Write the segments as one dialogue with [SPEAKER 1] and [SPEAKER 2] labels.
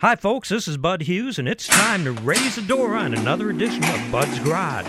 [SPEAKER 1] Hi, folks, this is Bud Hughes, and it's time to raise the door on another edition of Bud's Garage.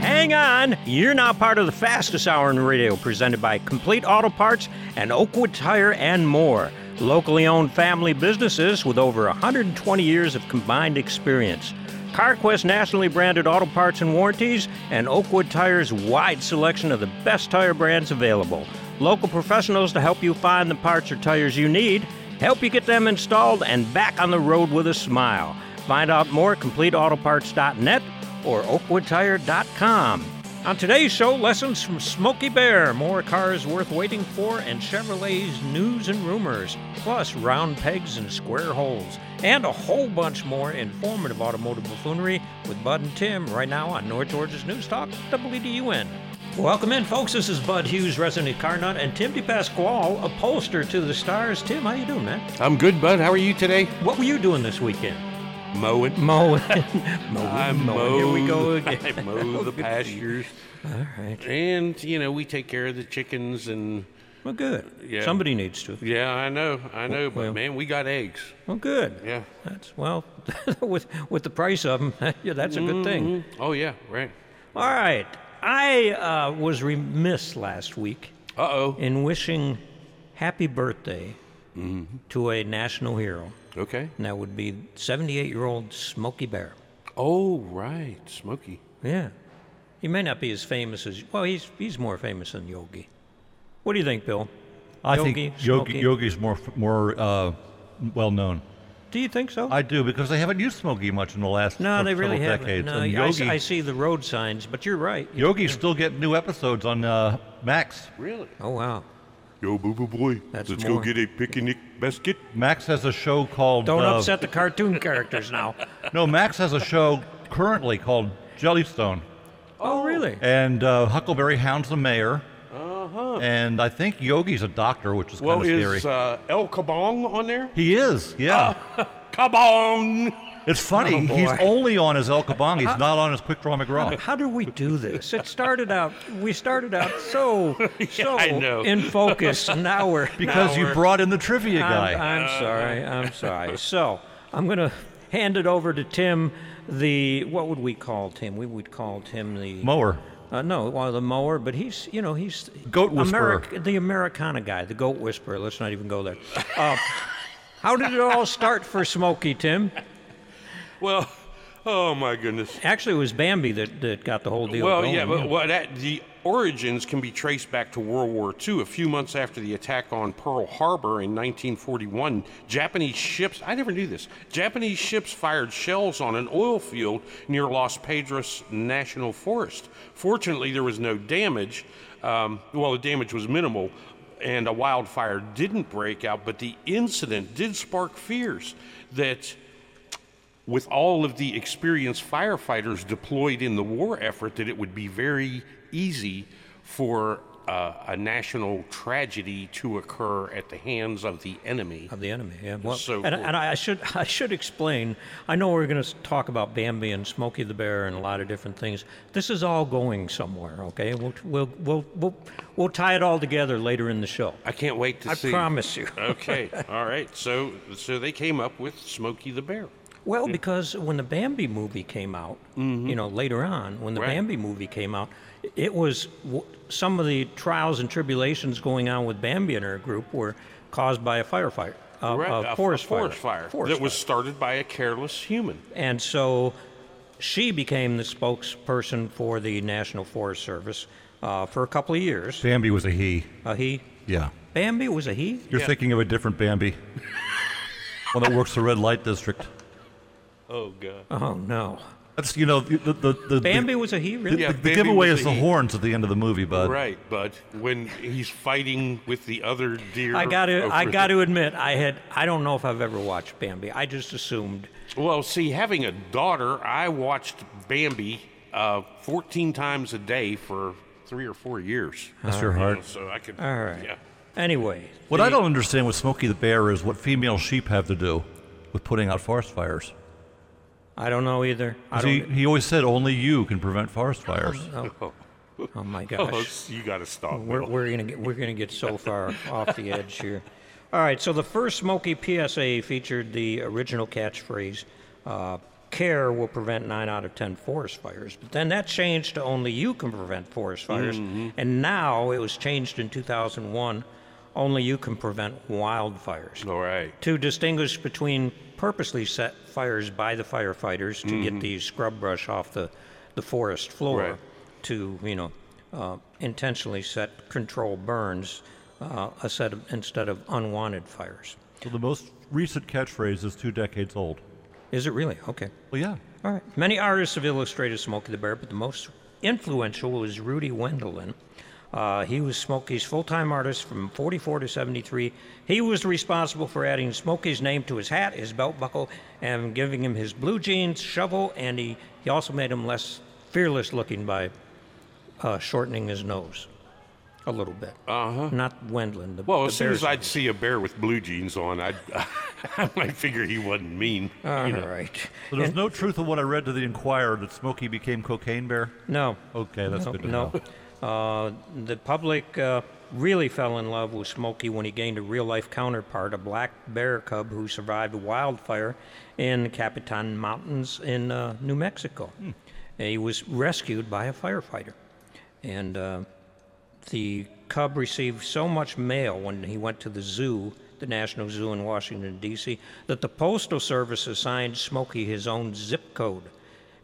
[SPEAKER 1] Hang on, you're now part of the fastest hour in radio, presented by Complete Auto Parts and Oakwood Tire and more. Locally owned family businesses with over 120 years of combined experience. CarQuest nationally branded auto parts and warranties, and Oakwood Tire's wide selection of the best tire brands available. Local professionals to help you find the parts or tires you need, help you get them installed, and back on the road with a smile. Find out more at CompleteAutoParts.net or OakwoodTire.com. On today's show, lessons from Smokey Bear, more cars worth waiting for, and Chevrolet's news and rumors, plus round pegs and square holes, and a whole bunch more informative automotive buffoonery with Bud and Tim right now on North Georgia's News Talk, WDUN. Welcome in, folks. This is Bud Hughes, resident car nut, and Tim DePasquale, upholster to the stars. Tim, how you doing, man?
[SPEAKER 2] I'm good, bud. How are you today?
[SPEAKER 1] What were you doing this weekend?
[SPEAKER 2] Mowing.
[SPEAKER 1] Mowing.
[SPEAKER 2] I
[SPEAKER 1] mowing.
[SPEAKER 2] mow.
[SPEAKER 1] Here we go
[SPEAKER 2] the-
[SPEAKER 1] again.
[SPEAKER 2] I mow the pastures,
[SPEAKER 1] All right.
[SPEAKER 2] and you know we take care of the chickens, and
[SPEAKER 1] Well, good.
[SPEAKER 2] Yeah.
[SPEAKER 1] Somebody needs to.
[SPEAKER 2] yeah, I know, I know, but
[SPEAKER 1] Well-
[SPEAKER 2] man, we got eggs.
[SPEAKER 1] Well, good.
[SPEAKER 2] Yeah.
[SPEAKER 1] That's well, with with the price of them, yeah, that's a good thing.
[SPEAKER 2] Mm, Oh yeah, right.
[SPEAKER 1] All right, I uh, was remiss last week
[SPEAKER 2] Uh oh.
[SPEAKER 1] in wishing happy birthday to a national hero,
[SPEAKER 2] Okay.
[SPEAKER 1] and that would be 78-year-old Smokey Bear.
[SPEAKER 2] Oh right, Smokey.
[SPEAKER 1] Yeah, he may not be as famous as well. He's he's more famous than Yogi. What do you think, Bill?
[SPEAKER 3] I
[SPEAKER 1] Yogi,
[SPEAKER 3] think Yogi,
[SPEAKER 1] Smokey.
[SPEAKER 3] Yogi's more f- more uh, well known.
[SPEAKER 1] Do you think so?
[SPEAKER 3] I do because they haven't used Smokey much in the last
[SPEAKER 1] no,
[SPEAKER 3] se-
[SPEAKER 1] they really
[SPEAKER 3] several
[SPEAKER 1] haven't.
[SPEAKER 3] decades.
[SPEAKER 1] No,
[SPEAKER 3] and
[SPEAKER 1] I s-
[SPEAKER 3] Yogi,
[SPEAKER 1] I see the road signs, but you're right.
[SPEAKER 3] Yogi's still getting new episodes on uh, Max.
[SPEAKER 2] Really?
[SPEAKER 1] Oh wow.
[SPEAKER 2] Yo, boo boo boy.
[SPEAKER 1] That's let's go more. get
[SPEAKER 2] a picnic basket.
[SPEAKER 3] Max has a show called.
[SPEAKER 1] Don't
[SPEAKER 3] uh,
[SPEAKER 1] upset the cartoon characters now.
[SPEAKER 3] No, Max has a show currently called Jellystone,
[SPEAKER 1] Oh, really?
[SPEAKER 3] and uh, Huckleberry Hound's the mayor. Uh-huh. And I think Yogi's a doctor, which is
[SPEAKER 2] Well,
[SPEAKER 3] kind of scary.
[SPEAKER 2] is uh, El Cabong on there?
[SPEAKER 3] he is, yeah.
[SPEAKER 2] Cabong.
[SPEAKER 3] it's funny.
[SPEAKER 1] Oh,
[SPEAKER 3] he's
[SPEAKER 1] boy.
[SPEAKER 3] only on his El Kabong. He's not on his Quick Draw McGraw.
[SPEAKER 1] How do we do this? It started out. We started out so so
[SPEAKER 2] I know.
[SPEAKER 1] in focus. and Now we're
[SPEAKER 3] Because
[SPEAKER 1] now
[SPEAKER 3] you
[SPEAKER 1] we're-
[SPEAKER 3] brought in the trivia guy.
[SPEAKER 1] I'm, I'm sorry. I'm sorry. So I'm gonna hand it over to Tim. The what would we call Tim? We would call Tim the
[SPEAKER 3] Mower.
[SPEAKER 1] Uh, no, well, the mower, but he's, you know, he's
[SPEAKER 3] Goat whisperer.
[SPEAKER 1] Ameri- the Americana guy, the goat whisperer. Let's not even go there. Uh, how did it all start for Smokey, Tim?
[SPEAKER 2] Well, oh my goodness.
[SPEAKER 1] Actually, it was Bambi that, that got the whole deal
[SPEAKER 2] Well,
[SPEAKER 1] going.
[SPEAKER 2] yeah, but well, that, the origins can be traced back to World War II. A few months after the attack on Pearl Harbor in 1941, Japanese ships, I never knew this, Japanese ships fired shells on an oil field near Los Pedros National Forest. Fortunately, there was no damage. Um, well, the damage was minimal, and a wildfire didn't break out, but the incident did spark fears that with all of the experienced firefighters deployed in the war effort, that it would be very easy for uh, a national tragedy to occur at the hands of the enemy.
[SPEAKER 1] Of the enemy, yeah. Well,
[SPEAKER 2] So
[SPEAKER 1] and,
[SPEAKER 2] cool.
[SPEAKER 1] and I should I should explain. I know we're going to talk about Bambi and Smokey the Bear and a lot of different things. This is all going somewhere, okay? We'll we'll we'll we'll, we'll tie it all together later in the show.
[SPEAKER 2] I can't wait to
[SPEAKER 1] I
[SPEAKER 2] see.
[SPEAKER 1] promise you.
[SPEAKER 2] okay, all right. So, so they came up with Smokey the Bear.
[SPEAKER 1] Well, because when the Bambi movie came out, you know, later on, when the
[SPEAKER 2] Mm-hmm. Right.
[SPEAKER 1] Bambi movie came out, it was w- some of the trials and tribulations going on with Bambi and her group were caused by a firefighter, a,
[SPEAKER 2] Right,
[SPEAKER 1] a forest fire.
[SPEAKER 2] forest fire
[SPEAKER 1] Forest
[SPEAKER 2] that was started by a careless human.
[SPEAKER 1] fire. And so she became the spokesperson for the National Forest Service uh, for a couple of years.
[SPEAKER 3] Bambi was a he.
[SPEAKER 1] A he.
[SPEAKER 3] Yeah.
[SPEAKER 1] Bambi was a he?
[SPEAKER 3] You're
[SPEAKER 2] Yeah.
[SPEAKER 3] thinking of a different Bambi. One that works the red light district.
[SPEAKER 2] Oh God!
[SPEAKER 1] Oh, no.
[SPEAKER 3] That's you know the the the, the,
[SPEAKER 1] Bambi was a he, really?
[SPEAKER 2] Yeah,
[SPEAKER 3] the,
[SPEAKER 2] Bambi
[SPEAKER 3] giveaway
[SPEAKER 2] was
[SPEAKER 3] is
[SPEAKER 2] a
[SPEAKER 3] the
[SPEAKER 2] he.
[SPEAKER 3] horns at the end of the movie, bud.
[SPEAKER 2] Right, but when he's fighting with the other deer,
[SPEAKER 1] I got to
[SPEAKER 2] over
[SPEAKER 1] I
[SPEAKER 2] the-
[SPEAKER 1] got to admit I had I don't know if I've ever watched Bambi. I just assumed
[SPEAKER 2] Well, see, having a daughter, I watched Bambi uh, 14 times a day for three or four years.
[SPEAKER 3] That's your heart.
[SPEAKER 2] So I could.
[SPEAKER 1] All right.
[SPEAKER 2] Yeah.
[SPEAKER 1] Anyway,
[SPEAKER 3] What I don't understand with Smokey the Bear is what female sheep have to do with putting out forest fires.
[SPEAKER 1] I don't know either. I
[SPEAKER 3] He,
[SPEAKER 1] don't.
[SPEAKER 3] he always said only you can prevent forest fires.
[SPEAKER 1] Oh my
[SPEAKER 2] Oh,
[SPEAKER 1] gosh,
[SPEAKER 2] you got to stop.
[SPEAKER 1] we're,
[SPEAKER 2] Bill.
[SPEAKER 1] we're gonna get we're gonna get so far off the edge here. All right, so the first Smoky PSA featured the original catchphrase, uh, care will prevent nine out of 10 forest fires. But then that changed to only you can prevent forest fires.
[SPEAKER 2] Mm-hmm.
[SPEAKER 1] And now it was changed in 2001, only you can prevent wildfires
[SPEAKER 2] All right.
[SPEAKER 1] to distinguish between purposely set fires by the firefighters to get the scrub brush off the, the forest floor
[SPEAKER 2] Right.
[SPEAKER 1] to, you know, uh, intentionally set control burns uh, a set of, instead of unwanted fires.
[SPEAKER 3] So the most recent catchphrase is two decades old.
[SPEAKER 1] Is it really? Okay.
[SPEAKER 3] Well, yeah.
[SPEAKER 1] All right. Many artists have illustrated Smokey the Bear, but the most influential was Rudy Wendelin. Uh, he was Smokey's full time artist from 44 to 73. He was responsible for adding Smokey's name to his hat, his belt buckle, and giving him his blue jeans, shovel, and he, he also made him less fearless looking by uh, shortening his nose a little bit. Uh huh. Not Wendelin. The,
[SPEAKER 2] Uh-huh. Well,
[SPEAKER 1] the
[SPEAKER 2] as soon
[SPEAKER 1] bear's
[SPEAKER 2] as I'd see a bear with blue jeans on, I'd, I might figure he wasn't mean.
[SPEAKER 1] name.
[SPEAKER 2] you know.
[SPEAKER 1] All right.
[SPEAKER 3] So there's no truth in what I read to the Inquirer that Smokey became cocaine bear.
[SPEAKER 1] No.
[SPEAKER 3] Okay, that's
[SPEAKER 1] no,
[SPEAKER 3] good to
[SPEAKER 1] no.
[SPEAKER 3] know.
[SPEAKER 1] Uh, the public uh, really fell in love with Smokey when he gained a real life counterpart, a black bear cub who survived a wildfire in the Capitan Mountains in uh, New Mexico.
[SPEAKER 3] Hmm.
[SPEAKER 1] And He was rescued by a firefighter. And uh, the cub received so much mail when he went to the zoo, the National Zoo in Washington, D.C., that the Postal Service assigned Smokey his own zip code,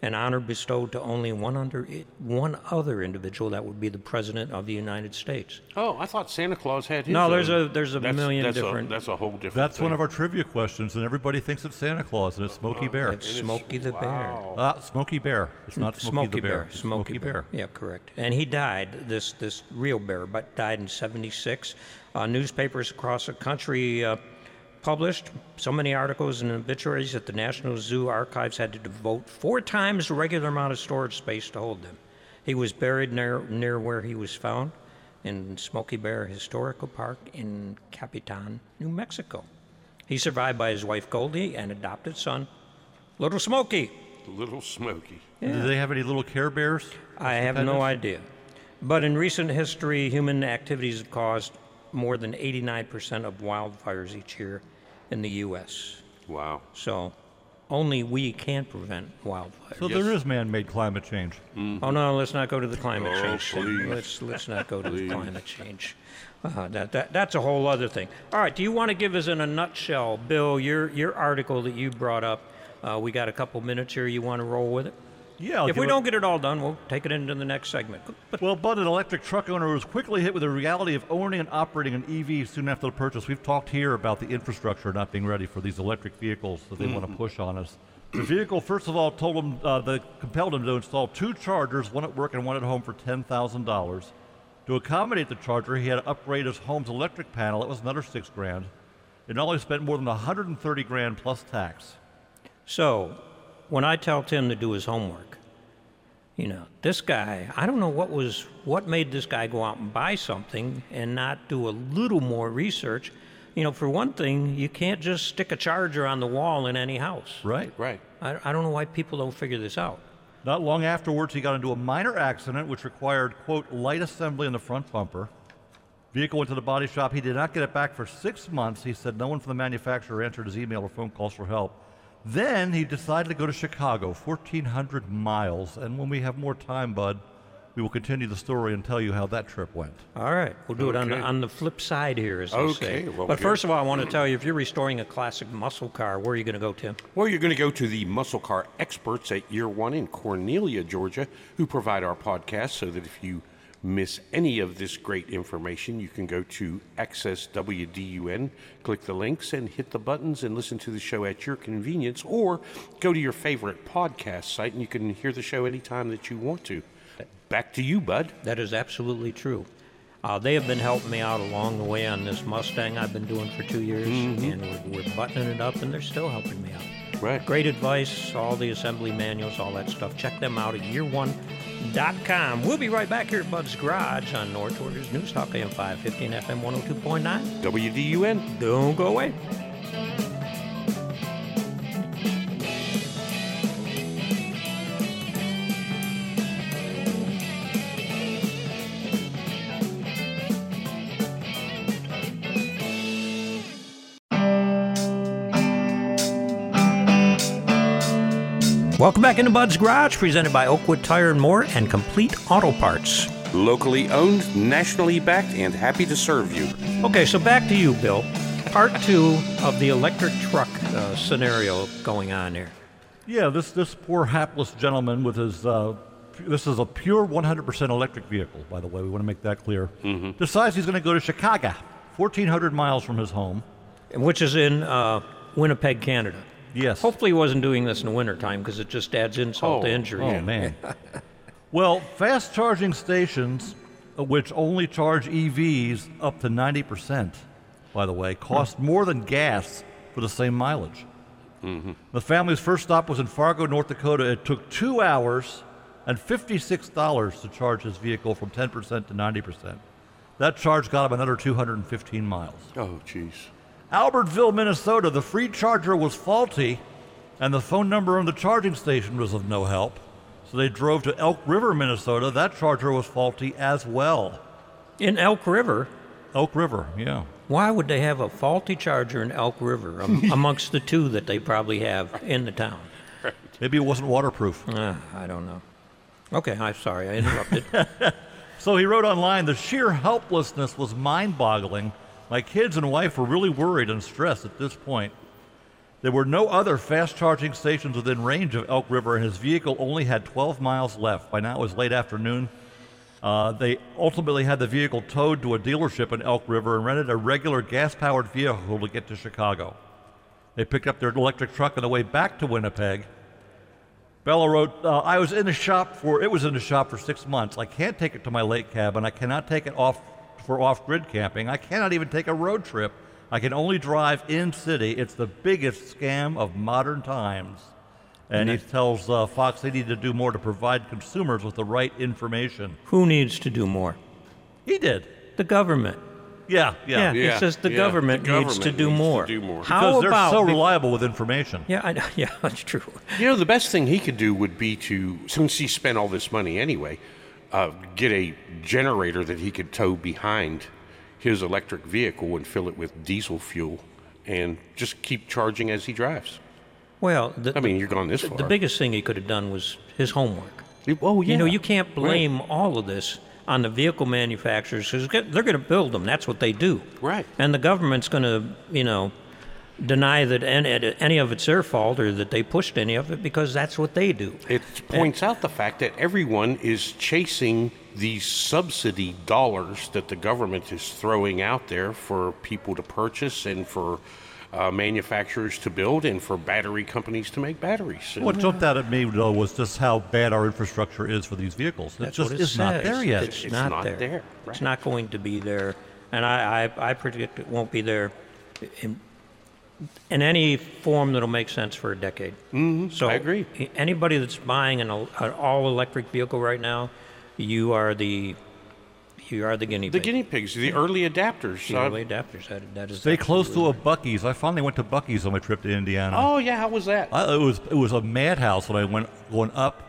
[SPEAKER 1] an honor bestowed to only one, under, one other individual, that would be the President of the United States.
[SPEAKER 2] Oh, I thought Santa Claus had his.
[SPEAKER 1] No, there's
[SPEAKER 2] own.
[SPEAKER 1] a- there's a million
[SPEAKER 2] that's
[SPEAKER 1] different-
[SPEAKER 2] A, that's a whole different.
[SPEAKER 3] That's
[SPEAKER 2] thing.
[SPEAKER 3] one of our trivia questions, and everybody thinks it's Santa Claus, and it's Smokey Bear.
[SPEAKER 1] Oh, It's Smokey the Bear.
[SPEAKER 3] Ah, Smokey Bear. It's not Smokey,
[SPEAKER 1] Smoky
[SPEAKER 3] the Bear.
[SPEAKER 1] Bear.
[SPEAKER 3] It's
[SPEAKER 1] Smoky Bear. Yeah, correct. And he died, this, this real bear, but died in 76. Uh, newspapers across the country uh, published so many articles and obituaries that the National Zoo archives had to devote four times the regular amount of storage space to hold them. He was buried near, near where he was found in Smoky Bear Historical Park in Capitan, New Mexico. He survived by his wife Goldie and adopted son, Little Smokey.
[SPEAKER 2] Little Smoky.
[SPEAKER 3] Do they have any little Care Bears?
[SPEAKER 1] I have no idea. But in recent history, human activities have caused more than 89% of wildfires each year in the U.S.
[SPEAKER 2] Wow.
[SPEAKER 1] So only we can prevent wildfires.
[SPEAKER 3] So there is man-made climate change.
[SPEAKER 1] Oh no, let's not go to the climate
[SPEAKER 2] Oh,
[SPEAKER 1] change. thing.
[SPEAKER 2] please.
[SPEAKER 1] Let's let's not go to the climate change. Uh, that, that that's a whole other thing. All right, do you want to give us in a nutshell, Bill, your your article that you brought up? Uh, we got a couple minutes here. You want to roll with it?
[SPEAKER 3] Yeah. I'll
[SPEAKER 1] if
[SPEAKER 3] give
[SPEAKER 1] we
[SPEAKER 3] it-
[SPEAKER 1] don't get it all done, we'll take it into the next segment. But
[SPEAKER 3] Well, Bud, an electric truck owner was quickly hit with the reality of owning and operating an EV soon after the purchase. We've talked here about the infrastructure not being ready for these electric vehicles that they want to push on us. The vehicle, first of all, told him uh, they compelled him to install two chargers, one at work and one at home, for ten thousand dollars. To accommodate the charger, he had to upgrade his home's electric panel. That was another six grand. And all he spent more than 130 grand plus tax.
[SPEAKER 1] So, when I tell Tim to do his homework, you know, this guy, I don't know what was what made this guy go out and buy something and not do a little more research. You know, for one thing, you can't just stick a charger on the wall in any house.
[SPEAKER 3] Right.
[SPEAKER 2] Right.
[SPEAKER 1] I, I don't know why people don't figure this out.
[SPEAKER 3] Not long afterwards, he got into a minor accident which required, quote, light assembly in the front bumper. Vehicle went to the body shop. He did not get it back for six months. He said no one from the manufacturer answered his email or phone calls for help. Then he decided to go to Chicago, 1,400 miles. And when we have more time, Bud, we will continue the story and tell you how that trip went.
[SPEAKER 1] All right, we'll do it on the,
[SPEAKER 2] Okay.
[SPEAKER 1] on the flip side here, as they
[SPEAKER 2] Okay,
[SPEAKER 1] say.
[SPEAKER 2] well,
[SPEAKER 1] but
[SPEAKER 2] good.
[SPEAKER 1] first of all, I want to tell you, if you're restoring a classic muscle car, where are you going to go, Tim?
[SPEAKER 2] Well, you're going to go to the muscle car experts at Year One in Cornelia, Georgia, who provide our podcast so that if you miss any of this great information, you can go to Access WDUN, click the links, and hit the buttons and listen to the show at your convenience, or go to your favorite podcast site and you can hear the show anytime that you want to. Back to you, bud.
[SPEAKER 1] That is absolutely true. Uh, they have been helping me out along the way on this Mustang I've been doing for two years, and we're, we're buttoning it up, and they're still helping me out.
[SPEAKER 2] Right.
[SPEAKER 1] Great advice, all the assembly manuals, all that stuff. Check them out at year1.com. We'll be right back here at Bud's Garage on North Georgia's News Talk AM 515 FM 102.9.
[SPEAKER 2] WDUN.
[SPEAKER 1] Don't go away. Welcome back into Bud's Garage, presented by Oakwood Tire and More and Complete Auto Parts.
[SPEAKER 2] Locally owned, nationally backed, and happy to serve you.
[SPEAKER 1] Okay, so back to you, Bill. Part two of the electric truck uh, scenario going on here.
[SPEAKER 3] Yeah, this this poor hapless gentleman with his uh, pu- this is a pure 100% electric vehicle, by the way. We want to make that clear. Decides he's going to go to Chicago, 1,400 miles from his home.
[SPEAKER 1] which is in uh, Winnipeg, Canada.
[SPEAKER 3] Yes.
[SPEAKER 1] Hopefully, he wasn't doing this in the wintertime because it just adds insult
[SPEAKER 2] Oh,
[SPEAKER 1] to injury.
[SPEAKER 3] Oh man. well, fast charging stations, uh, which only charge EVs up to 90%, by the way, cost more than gas for the same mileage. The family's first stop was in Fargo, North Dakota. It took two hours and $56 to charge his vehicle from 10% to 90%. That charge got him another 215 miles.
[SPEAKER 2] Oh, jeez.
[SPEAKER 3] Albertville, Minnesota, the free charger was faulty and the phone number on the charging station was of no help. So they drove to Elk River, Minnesota. That charger was faulty as well.
[SPEAKER 1] In Elk River,
[SPEAKER 3] Elk River, yeah.
[SPEAKER 1] why would they have a faulty charger in Elk River um, amongst the two that they probably have in the town?
[SPEAKER 3] Maybe it wasn't waterproof.
[SPEAKER 1] Uh, I don't know. Okay, I'm sorry, I interrupted.
[SPEAKER 3] So he wrote online the sheer helplessness was mind boggling. My kids and wife were really worried and stressed at this point. There were no other fast charging stations within range of Elk River, and his vehicle only had 12 miles left. By now it was late afternoon. Uh, they ultimately had the vehicle towed to a dealership in Elk River and rented a regular gas powered vehicle to get to Chicago. They picked up their electric truck on the way back to Winnipeg. Bella wrote, uh, I was in the shop for, it was in the shop for six months. I can't take it to my lake cabin. I cannot take it off for off grid camping. I cannot even take a road trip. I can only drive in city. It's the biggest scam of modern times. And he tells uh, Fox they need to do more to provide consumers with the right information.
[SPEAKER 1] Who needs to do more?
[SPEAKER 3] He did.
[SPEAKER 1] The government.
[SPEAKER 3] Yeah,
[SPEAKER 1] Yeah,
[SPEAKER 3] yeah.
[SPEAKER 1] it says the
[SPEAKER 2] yeah,
[SPEAKER 1] government,
[SPEAKER 2] the
[SPEAKER 1] needs to
[SPEAKER 2] government
[SPEAKER 1] do
[SPEAKER 2] needs to
[SPEAKER 1] more.
[SPEAKER 2] do more.
[SPEAKER 1] How
[SPEAKER 3] Because they're
[SPEAKER 1] about?
[SPEAKER 3] so
[SPEAKER 1] the-
[SPEAKER 3] reliable with information.
[SPEAKER 1] yeah, I, know- yeah, that's true.
[SPEAKER 2] You know, the best thing he could do would be to, since he spent all this money anyway, uh, get a generator that he could tow behind his electric vehicle and fill it with diesel fuel and just keep charging as he drives.
[SPEAKER 1] Well, the,
[SPEAKER 2] I mean, you're gone this far.
[SPEAKER 1] the biggest thing he could have done was his homework.
[SPEAKER 2] You- oh, yeah.
[SPEAKER 1] You know, you can't
[SPEAKER 2] Right.
[SPEAKER 1] blame all of this on the vehicle manufacturers because they're going to build them. That's what they do.
[SPEAKER 2] Right.
[SPEAKER 1] And the government's going to, you know, deny that any, any of it's their fault or that they pushed any of it because that's what they do.
[SPEAKER 2] It points out the fact that everyone is chasing these subsidy dollars that the government is throwing out there for people to purchase and for uh, manufacturers to build and for battery companies to make batteries. And-
[SPEAKER 3] What jumped out at me, though, was just how bad our infrastructure is for these vehicles. It
[SPEAKER 1] That's
[SPEAKER 3] just
[SPEAKER 1] what it
[SPEAKER 3] is not
[SPEAKER 1] says.
[SPEAKER 3] there yet.
[SPEAKER 1] It's,
[SPEAKER 2] It's
[SPEAKER 1] not,
[SPEAKER 2] not
[SPEAKER 1] there.
[SPEAKER 2] there,
[SPEAKER 1] It's
[SPEAKER 2] right.
[SPEAKER 1] not going to be there, and I, I, I predict it won't be there in, in any form that'll make sense for a decade. Mm-hmm. So
[SPEAKER 2] I agree.
[SPEAKER 1] a- Anybody that's buying an, el- an all-electric vehicle right now, you are the you are the guinea
[SPEAKER 2] the
[SPEAKER 1] pig.
[SPEAKER 2] guinea pigs, the early adapters.
[SPEAKER 1] the
[SPEAKER 2] uh,
[SPEAKER 1] early adapters. That, that is
[SPEAKER 3] Stay close to
[SPEAKER 1] absolutely-
[SPEAKER 3] a Bucky's. I finally went to Bucky's on my trip to Indiana.
[SPEAKER 2] oh, yeah, how was that?
[SPEAKER 3] I, it was it was a madhouse when I went going up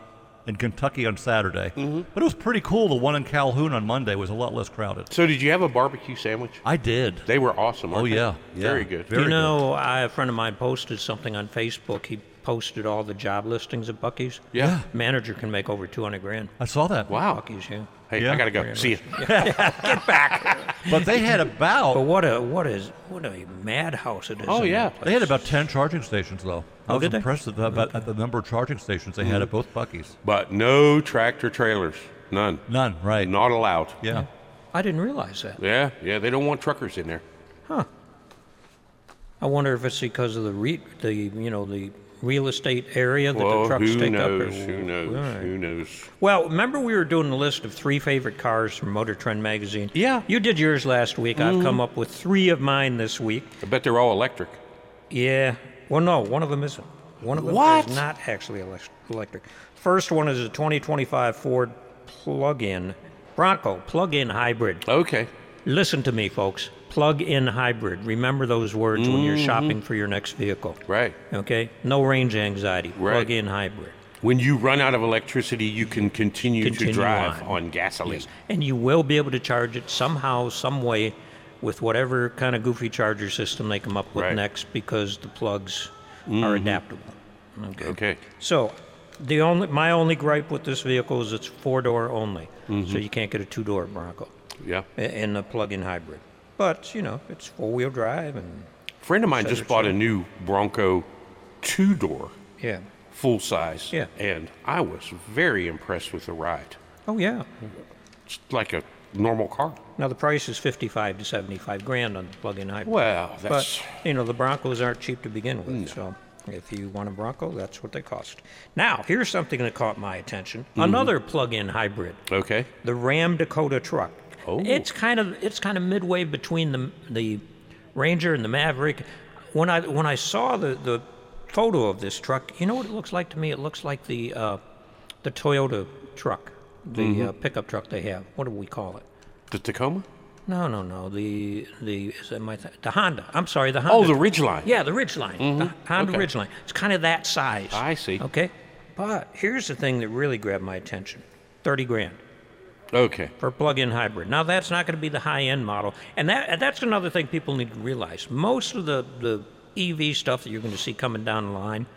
[SPEAKER 3] in Kentucky on Saturday. But it was pretty cool. The one in Calhoun on Monday was a lot less crowded.
[SPEAKER 2] so, did you have a barbecue sandwich?
[SPEAKER 3] I did.
[SPEAKER 2] They were awesome.
[SPEAKER 3] Oh
[SPEAKER 2] aren't they?
[SPEAKER 3] yeah, yeah.
[SPEAKER 2] Very good.
[SPEAKER 3] Very
[SPEAKER 1] you know, I, a friend of mine posted something on Facebook. He posted all the job listings at Bucky's.
[SPEAKER 2] Yeah. Yeah.
[SPEAKER 1] Manager can make over 200 grand.
[SPEAKER 3] good. I saw that.
[SPEAKER 2] Wow.
[SPEAKER 1] Bucky's, yeah.
[SPEAKER 2] Hey,
[SPEAKER 3] Yeah.
[SPEAKER 2] I got to go. See you.
[SPEAKER 3] But they had
[SPEAKER 1] But
[SPEAKER 3] about
[SPEAKER 1] what a what is what a madhouse it is.
[SPEAKER 2] Oh,
[SPEAKER 1] in
[SPEAKER 2] yeah.
[SPEAKER 1] that place.
[SPEAKER 3] they had about ten charging stations though. I
[SPEAKER 1] Oh,
[SPEAKER 3] was
[SPEAKER 1] did they?
[SPEAKER 3] impressed at the, about, at the number of charging stations they had at both Bucky's.
[SPEAKER 2] But no tractor trailers. None.
[SPEAKER 3] None, right?
[SPEAKER 2] Not allowed.
[SPEAKER 3] Yeah.
[SPEAKER 1] I didn't realize that.
[SPEAKER 2] Yeah, yeah, they don't want truckers in there.
[SPEAKER 1] I wonder if it's because of the re, the you know the real estate area that
[SPEAKER 2] Well,
[SPEAKER 1] the trucks
[SPEAKER 2] Oh, who
[SPEAKER 1] take
[SPEAKER 2] knows?
[SPEAKER 1] up. or-
[SPEAKER 2] Who knows?
[SPEAKER 1] All right.
[SPEAKER 2] Who knows?
[SPEAKER 1] Well, remember we were doing a list of three favorite cars from Motor Trend magazine.
[SPEAKER 2] Yeah. Mm-hmm.
[SPEAKER 1] You did yours last week. I've come up with three of mine this week.
[SPEAKER 2] I bet they're all electric.
[SPEAKER 1] Yeah. Well, no, one of them isn't. One of them
[SPEAKER 2] What?
[SPEAKER 1] is not actually elec- electric. First one is a 2025 Ford plug-in Bronco plug-in hybrid.
[SPEAKER 2] Okay.
[SPEAKER 1] Listen to me, folks. Plug in hybrid. Remember those words when you're shopping for your next vehicle.
[SPEAKER 2] Mm-hmm. Right.
[SPEAKER 1] Okay? No range anxiety.
[SPEAKER 2] Right.
[SPEAKER 1] Plug in hybrid.
[SPEAKER 2] When you run out of electricity, you can continue,
[SPEAKER 1] Continue
[SPEAKER 2] to drive
[SPEAKER 1] on.
[SPEAKER 2] on, gasoline.
[SPEAKER 1] And you will be able to charge it somehow, some way, with whatever kind of goofy charger system they come up with
[SPEAKER 2] Right. Mm-hmm.
[SPEAKER 1] next because the plugs are adaptable.
[SPEAKER 2] Okay.
[SPEAKER 1] So The only my only gripe with this vehicle is it's four door only,
[SPEAKER 2] Mm-hmm.
[SPEAKER 1] so you can't get a two door Bronco
[SPEAKER 2] Yeah.
[SPEAKER 1] i- in a plug in hybrid. But you know it's four wheel drive and
[SPEAKER 2] A friend of mine
[SPEAKER 1] Cedric
[SPEAKER 2] just bought a new Bronco two door,
[SPEAKER 1] yeah.
[SPEAKER 2] full size.
[SPEAKER 1] Yeah.
[SPEAKER 2] And I was very impressed with the ride.
[SPEAKER 1] Oh yeah.
[SPEAKER 2] It's like a normal car.
[SPEAKER 1] Now the price is fifty five to seventy five grand on the plug in hybrid.
[SPEAKER 2] Well, that's. Mm.
[SPEAKER 1] But you know the Broncos aren't cheap to begin with, so if you want a Bronco, that's what they cost. Now here's something that caught my attention:
[SPEAKER 2] Mm-hmm.
[SPEAKER 1] another plug-in hybrid,
[SPEAKER 2] okay.
[SPEAKER 1] the Ram Dakota truck.
[SPEAKER 2] Oh.
[SPEAKER 1] It's kind of it's kind of midway between the the Ranger and the Maverick. When I when I saw the the photo of this truck, you know what it looks like to me? It looks like the uh, the Toyota truck, the uh,
[SPEAKER 2] Mm-hmm.
[SPEAKER 1] pickup truck they have. What do we call it?
[SPEAKER 2] The Tacoma?
[SPEAKER 1] No, no, no. The the is that my th- the Honda. I'm sorry, the Honda.
[SPEAKER 2] Oh, the Ridgeline.
[SPEAKER 1] Yeah, the Ridgeline, the Honda
[SPEAKER 2] Okay.
[SPEAKER 1] Ridgeline. It's kind of that size.
[SPEAKER 2] I see.
[SPEAKER 1] Okay, but here's the thing that really grabbed my attention: thirty grand
[SPEAKER 2] Okay.
[SPEAKER 1] for a plug-in hybrid. Now that's not going to be the high-end model, and that and that's another thing people need to realize. Most of the the EV stuff that you're going to see coming down the line,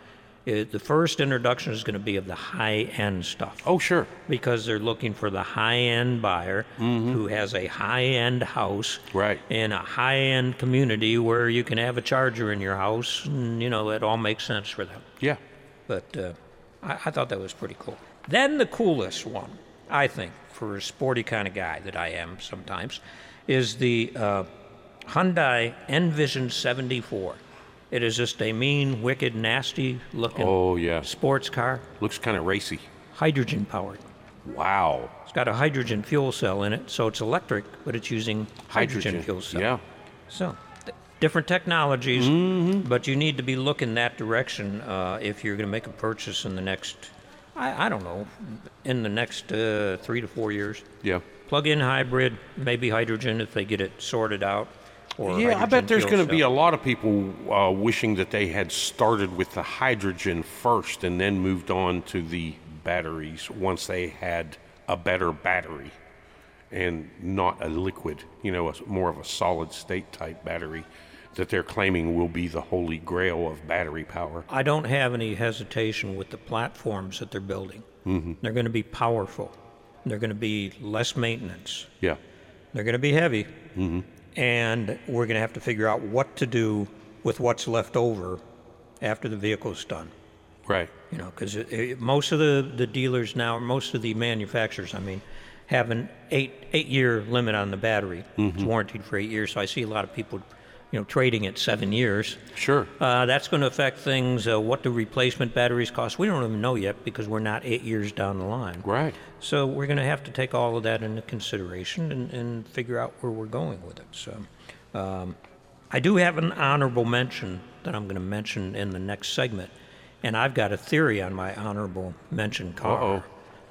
[SPEAKER 1] eh, the first introduction is going to be of the high-end stuff
[SPEAKER 2] Oh, sure.
[SPEAKER 1] because they're looking for the high-end buyer who has a high-end house
[SPEAKER 2] Mm-hmm. Right.
[SPEAKER 1] in a high-end community where you can have a charger in your house and you know it all makes sense for them
[SPEAKER 2] Yeah.
[SPEAKER 1] but uh, I, I thought that was pretty cool then the coolest one i think for a sporty kind of guy that i am sometimes is the uh, hyundai envision 74 it is just a mean wicked nasty looking
[SPEAKER 2] Oh, yeah.
[SPEAKER 1] sports car
[SPEAKER 2] Looks kind of racy.
[SPEAKER 1] hydrogen powered
[SPEAKER 2] Wow.
[SPEAKER 1] it's got a hydrogen fuel cell in it, so it's electric, but it's using hydrogen, fuel cell.
[SPEAKER 2] Yeah.
[SPEAKER 1] So, th- different technologies,
[SPEAKER 2] Mm-hmm.
[SPEAKER 1] but you need to be looking that direction uh, if you're going to make a purchase in the next, I, I don't know, in the next uh, three to four years.
[SPEAKER 2] Yeah.
[SPEAKER 1] Plug-in hybrid, maybe hydrogen if they get it sorted out. Or
[SPEAKER 2] Yeah, I bet there's going to be
[SPEAKER 1] a.
[SPEAKER 2] a lot of people uh, wishing that they had started with the hydrogen first and then moved on to the batteries once they had a better battery and not a liquid, you know, a, more of a solid state type battery that they're claiming will be the holy grail of battery power.
[SPEAKER 1] I don't have any hesitation with the platforms that they're building. Mm-hmm. They're going to be powerful. They're going to be less maintenance.
[SPEAKER 2] Yeah.
[SPEAKER 1] They're going to be heavy. And we're going to have to figure out what to do with what's left over after the vehicle's done.
[SPEAKER 2] Right.
[SPEAKER 1] You know, because most of the, the dealers now, most of the manufacturers, I mean, have an eight eight year limit on the battery. It's warranted for eight years. So I see a lot of people, you know, trading it seven years.
[SPEAKER 2] Sure.
[SPEAKER 1] Uh, that's going to affect things. Uh, what do replacement batteries cost? We don't even know yet because we're not eight years down the line.
[SPEAKER 2] Right.
[SPEAKER 1] So we're going to have to take all of that into consideration and, and figure out where we're going with it. So um, I do have an honorable mention that I'm going to mention in the next segment, and I've got a theory on my honorable mention car.
[SPEAKER 2] Uh-oh.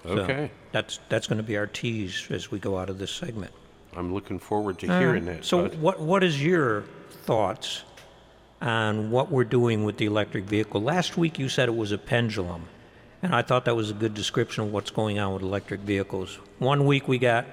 [SPEAKER 1] So
[SPEAKER 2] Okay.
[SPEAKER 1] that's that's going to be our tease as we go out of this segment.
[SPEAKER 2] I'm looking forward to hearing that.
[SPEAKER 1] Uh-huh. So
[SPEAKER 2] bud.
[SPEAKER 1] what what is your thoughts on what we're doing with the electric vehicle? Last week you said it was a pendulum, and I thought that was a good description of what's going on with electric vehicles. One week we got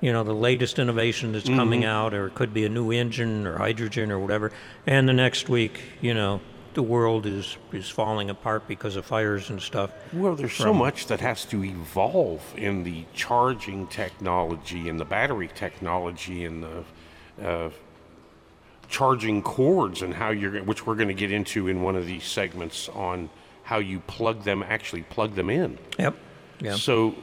[SPEAKER 1] you know the latest innovation that's coming
[SPEAKER 2] Mm-hmm.
[SPEAKER 1] out or it could be a new engine or hydrogen or whatever and the next week you know the world is is falling apart because of fires and stuff
[SPEAKER 2] Well, there's so much that has to evolve in the charging technology and the battery technology and the uh, charging cords and how you're, which we're going to get into in one of these segments on how you plug them, actually plug them in.
[SPEAKER 1] yep yeah
[SPEAKER 2] So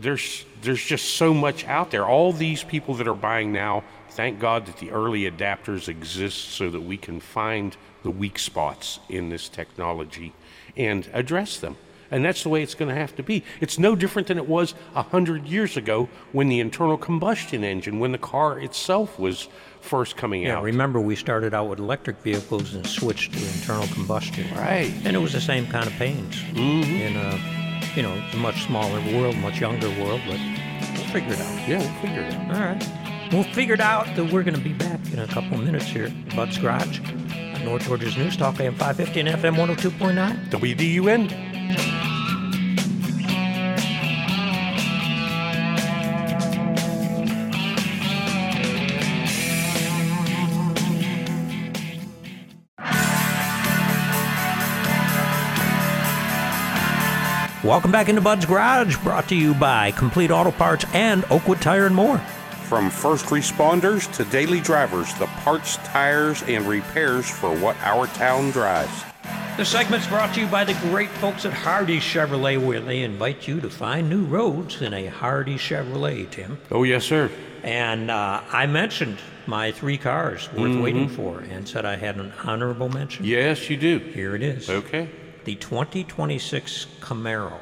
[SPEAKER 2] there's there's just so much out there. All these people that are buying now, thank God that the early adapters exist so that we can find the weak spots in this technology and address them. And that's the way it's going to have to be. It's no different than it was a hundred years ago when the internal combustion engine, when the car itself was first coming
[SPEAKER 1] yeah
[SPEAKER 2] out.
[SPEAKER 1] remember we started out with electric vehicles and switched to internal combustion
[SPEAKER 2] right.
[SPEAKER 1] And it was the same kind of pains in a, you know, much smaller world, much younger world, but we'll figure it out.
[SPEAKER 2] Yeah, we figured it.
[SPEAKER 1] All right. We'll figure it out that we're going to be back in a couple minutes here at Bud's Garage on North Georgia's News Talk, AM 550 and FM 102.9.
[SPEAKER 2] WDUN.
[SPEAKER 1] Welcome back into Bud's Garage, brought to you by Complete Auto Parts and Oakwood Tire and more.
[SPEAKER 2] From first responders to daily drivers, the parts, tires, and repairs for what our town drives.
[SPEAKER 1] This segment's brought to you by the great folks at Hardy Chevrolet, where they invite you to find new roads in a Hardy Chevrolet, Tim.
[SPEAKER 2] Oh, yes, sir.
[SPEAKER 1] And uh, I mentioned my three cars worth waiting for and said I had an honorable mention.
[SPEAKER 2] Yes, you do.
[SPEAKER 1] Here it is
[SPEAKER 2] Okay.
[SPEAKER 1] the 2026 Camaro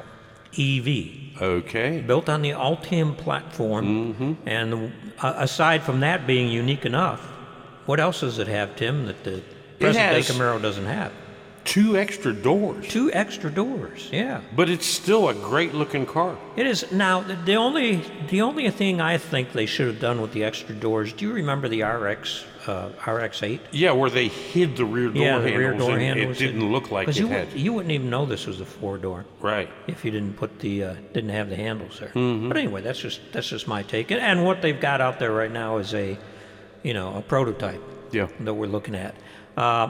[SPEAKER 1] EV.
[SPEAKER 2] Okay.
[SPEAKER 1] built on the Altium platform, and uh, aside from that being unique enough, what else does it have, Tim, that the present-day
[SPEAKER 2] has-
[SPEAKER 1] Camaro doesn't have?
[SPEAKER 2] Two extra doors,
[SPEAKER 1] Two extra doors. Yeah,
[SPEAKER 2] but it's still a great looking car.
[SPEAKER 1] it is. Now the- the only the only thing I think they should have done with the extra doors. Do you remember the RX uh, RX8?
[SPEAKER 2] Yeah, where they hid the rear door
[SPEAKER 1] yeah, the
[SPEAKER 2] handles.
[SPEAKER 1] rear door
[SPEAKER 2] and
[SPEAKER 1] handles.
[SPEAKER 2] It didn't look like it
[SPEAKER 1] 'cause you
[SPEAKER 2] had.
[SPEAKER 1] wouldn't- you wouldn't even know this was a four door.
[SPEAKER 2] Right.
[SPEAKER 1] if you didn't put the uh, didn't have the handles there.
[SPEAKER 2] Mm-hmm.
[SPEAKER 1] But anyway, that's just that's just my take. And, and what they've got out there right now is a, you know, a prototype
[SPEAKER 2] Yeah.
[SPEAKER 1] that we're looking at. Uh,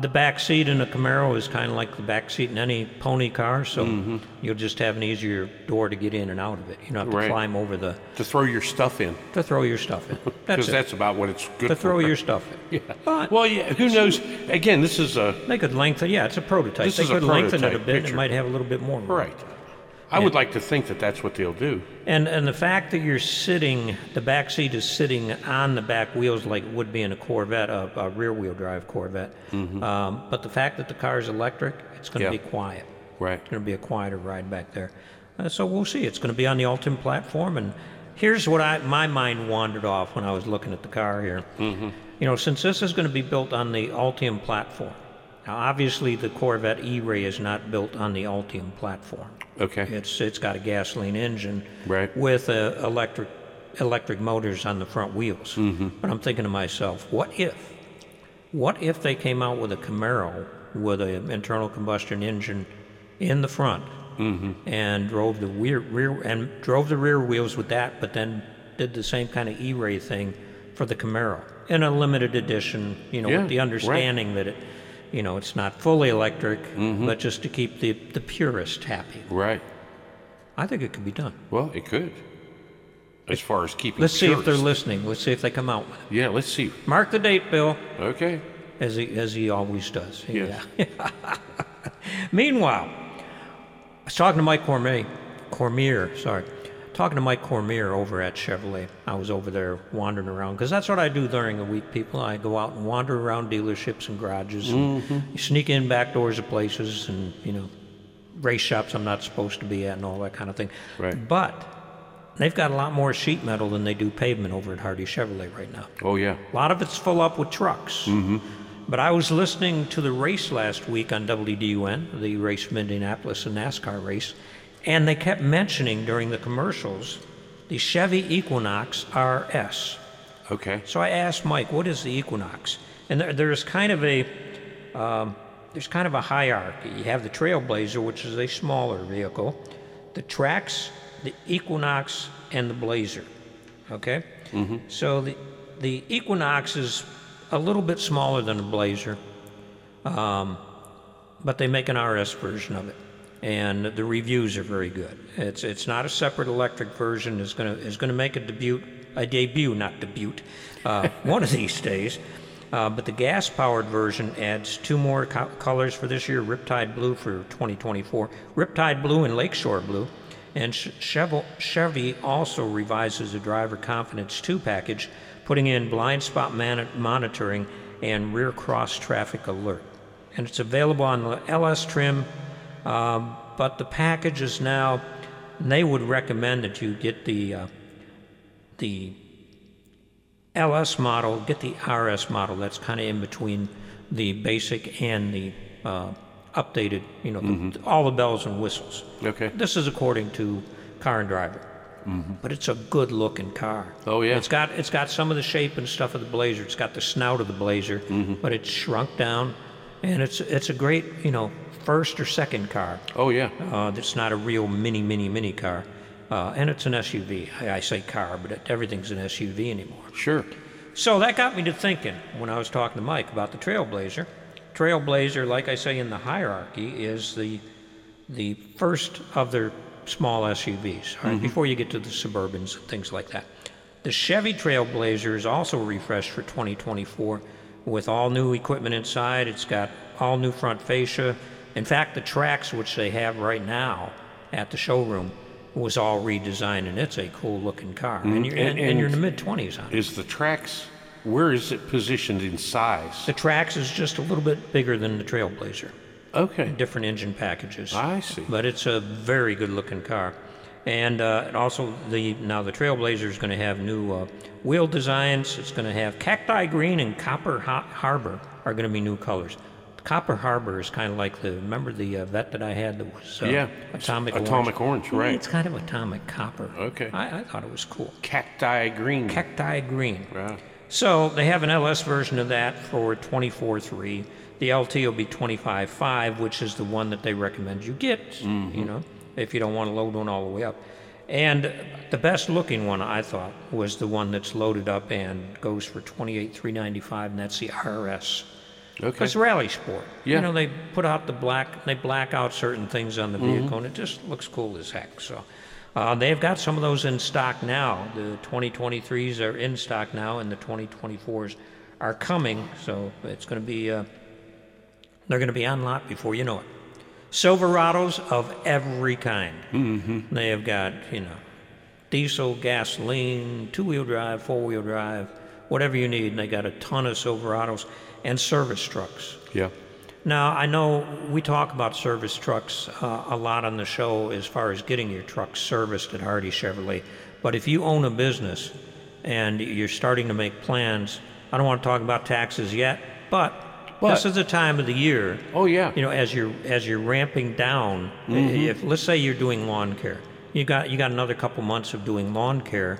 [SPEAKER 1] the back seat in a Camaro is kind of like the back seat in any pony car, so
[SPEAKER 2] Mm-hmm.
[SPEAKER 1] you'll just have an easier door to get in and out of it. You don't have to
[SPEAKER 2] Right.
[SPEAKER 1] climb over the
[SPEAKER 2] To throw your stuff in,
[SPEAKER 1] to throw your stuff in. That's
[SPEAKER 2] because
[SPEAKER 1] it.
[SPEAKER 2] that's about what it's good
[SPEAKER 1] to
[SPEAKER 2] for.
[SPEAKER 1] throw your stuff in. But
[SPEAKER 2] Well, yeah. Who knows? Again, this is a
[SPEAKER 1] they could lengthen. Yeah, it's a prototype.
[SPEAKER 2] This
[SPEAKER 1] they
[SPEAKER 2] is a
[SPEAKER 1] could lengthen it a
[SPEAKER 2] prototype
[SPEAKER 1] bit.
[SPEAKER 2] picture.
[SPEAKER 1] It might have a little bit more. room.
[SPEAKER 2] right. I would like to think that that's what they'll do.
[SPEAKER 1] And and the fact that you're sitting, the back seat is sitting on the back wheels like it would be in a Corvette, a, a rear-wheel drive Corvette. Um, but the fact that the car is electric, it's going
[SPEAKER 2] Mm-hmm. Yeah.
[SPEAKER 1] to be quiet.
[SPEAKER 2] Right.
[SPEAKER 1] It's going to be a quieter ride back there. Uh, so we'll see. It's going to be on the Alton platform. And here's what I my mind wandered off when I was looking at the car here. You know, since this is going to be built on the Altium platform, now obviously the Corvette E-Ray is not built on the Altium platform.
[SPEAKER 2] Okay.
[SPEAKER 1] It's it's got a gasoline engine
[SPEAKER 2] Right.
[SPEAKER 1] with uh, electric electric motors on the front wheels.
[SPEAKER 2] Mm-hmm.
[SPEAKER 1] But I'm thinking to myself, what if? What if they came out with a Camaro with an internal combustion engine in the front
[SPEAKER 2] Mm-hmm.
[SPEAKER 1] and drove the rear, rear and drove the rear wheels with that, but then did the same kind of E-Ray thing for the Camaro in a limited edition, you know,
[SPEAKER 2] Yeah,
[SPEAKER 1] with the
[SPEAKER 2] right.
[SPEAKER 1] understanding that it, you know, it's not fully electric,
[SPEAKER 2] Mm-hmm.
[SPEAKER 1] but just to keep the the purist happy.
[SPEAKER 2] Right.
[SPEAKER 1] I think it could be done.
[SPEAKER 2] Well, it could. As far as keeping.
[SPEAKER 1] Let's see if they're
[SPEAKER 2] curious.
[SPEAKER 1] listening. Let's see if they come out with
[SPEAKER 2] Yeah. Let's see.
[SPEAKER 1] it. Mark the date, Bill,
[SPEAKER 2] Okay.
[SPEAKER 1] as he as he always does.
[SPEAKER 2] Yes.
[SPEAKER 1] Yeah. Meanwhile, I was talking to Mike Cormier, Cormier, sorry, talking to Mike Cormier over at Chevrolet. I was over there wandering around because that's what I do during the week. People, I go out and wander around dealerships and garages, and
[SPEAKER 2] Mm-hmm.
[SPEAKER 1] sneak in back doors of places, and you know, race shops I'm not supposed to be at, and all that kind of thing.
[SPEAKER 2] Right.
[SPEAKER 1] But they've got a lot more sheet metal than they do pavement over at Hardy Chevrolet right now.
[SPEAKER 2] Oh yeah.
[SPEAKER 1] A lot of it's full up with trucks. Mm-hmm. But I was listening to the race last week on WDUN, the race from Indianapolis, the NASCAR race, and they kept mentioning during the commercials the Chevy Equinox RS.
[SPEAKER 2] Okay.
[SPEAKER 1] So I asked Mike, "What is the Equinox?" And there, there's kind of a um, there's kind of a hierarchy. You have the Trailblazer, which is a smaller vehicle, the Trax, the Equinox, and the Blazer. Okay. So the the Equinox is a little bit smaller than the Blazer, but they make an RS version of it, and the reviews are very good. It's it's not a separate electric version. It's gonna is gonna make a debut a debut, not debut, uh, one of these days. Uh, but the gas powered version adds two more co- colors for this year: Riptide Blue for 2024, Riptide Blue and Lakeshore Blue. And Ch- Chevel- Chevy also revises the driver confidence two package, putting in blind spot man- monitoring and rear cross traffic alert and it's available on the LS trim. Um, but the package is now, and they would recommend that you get the uh, the LS model, get the RS model. That's kind of in between the basic and the uh, updated. You know, the, all the bells and whistles.
[SPEAKER 2] Okay.
[SPEAKER 1] This is according to Car and Driver. But it's a good-looking car.
[SPEAKER 2] Oh, yeah.
[SPEAKER 1] It's got it's got some of the shape and stuff of the Blazer. It's got the snout of the Blazer, but it's shrunk down, and it's it's a great you know first or second car.
[SPEAKER 2] Oh yeah.
[SPEAKER 1] Uh, that's not a real mini mini mini car, uh, and it's an SUV. I, I say car, but it, everything's an SUV anymore.
[SPEAKER 2] Sure.
[SPEAKER 1] So that got me to thinking when I was talking to Mike about the Trailblazer. Trailblazer, like I say in the hierarchy, is the the first of their small SUVs, all right, before you get to the Suburbans and things like that. The Chevy Trailblazer is also refreshed for 2024 with all new equipment inside. It's got all new front fascia. In fact, the tracks which they have right now at the showroom was all redesigned, and it's a cool looking car. And, you're, Mm-hmm. and, and you're in the mid 20s on it.
[SPEAKER 2] Is the tracks, where is it positioned in size?
[SPEAKER 1] The Trax is just a little bit bigger than the Trailblazer.
[SPEAKER 2] Okay.
[SPEAKER 1] different engine packages.
[SPEAKER 2] I see.
[SPEAKER 1] But it's a very good looking car. And, uh, and also the now the Trailblazer is going to have new uh, wheel designs. It's going to have cacti green and copper Ho- harbor are going to be new colors. Copper harbor is kind of like the remember the uh, vet that I had that was uh,
[SPEAKER 2] Yeah.
[SPEAKER 1] atomic
[SPEAKER 2] Atomic orange,
[SPEAKER 1] Yeah,
[SPEAKER 2] right.
[SPEAKER 1] It's kind of atomic copper.
[SPEAKER 2] Okay.
[SPEAKER 1] I, I thought it was cool.
[SPEAKER 2] Cacti green.
[SPEAKER 1] Cacti green.
[SPEAKER 2] Right.
[SPEAKER 1] So they have an LS version of that for 24.3. The LT will be 25.5, which is the one that they recommend you get, you know, if you don't want to load one all the way up. And the best looking one, I thought, was the one that's loaded up and goes for 28.395, and that's the RS.
[SPEAKER 2] Okay.
[SPEAKER 1] It's Rally Sport.
[SPEAKER 2] Yeah.
[SPEAKER 1] You know, they put out the black, they black out certain things on the
[SPEAKER 2] Mm-hmm.
[SPEAKER 1] vehicle, and it just looks cool as heck. So, uh, they've got some of those in stock now. The 2023s are in stock now, and the 2024s are coming. So it's going to be, uh, they're going to be on lot before you know it. Silverados of every kind. Mm-hmm. They have got, you know, diesel, gasoline, two wheel drive, four wheel drive, whatever you need. And they got a ton of Silverados and service trucks.
[SPEAKER 2] Yeah.
[SPEAKER 1] Now, I know we talk about service trucks uh, a lot on the show as far as getting your truck serviced at Hardy Chevrolet. But if you own a business and you're starting to make plans, I don't want to talk about taxes yet, but, this
[SPEAKER 2] But-
[SPEAKER 1] is the time of the year.
[SPEAKER 2] Oh, yeah.
[SPEAKER 1] You know, as you're as you're ramping down, if let's say you're doing lawn care, you got you got another couple months of doing lawn care,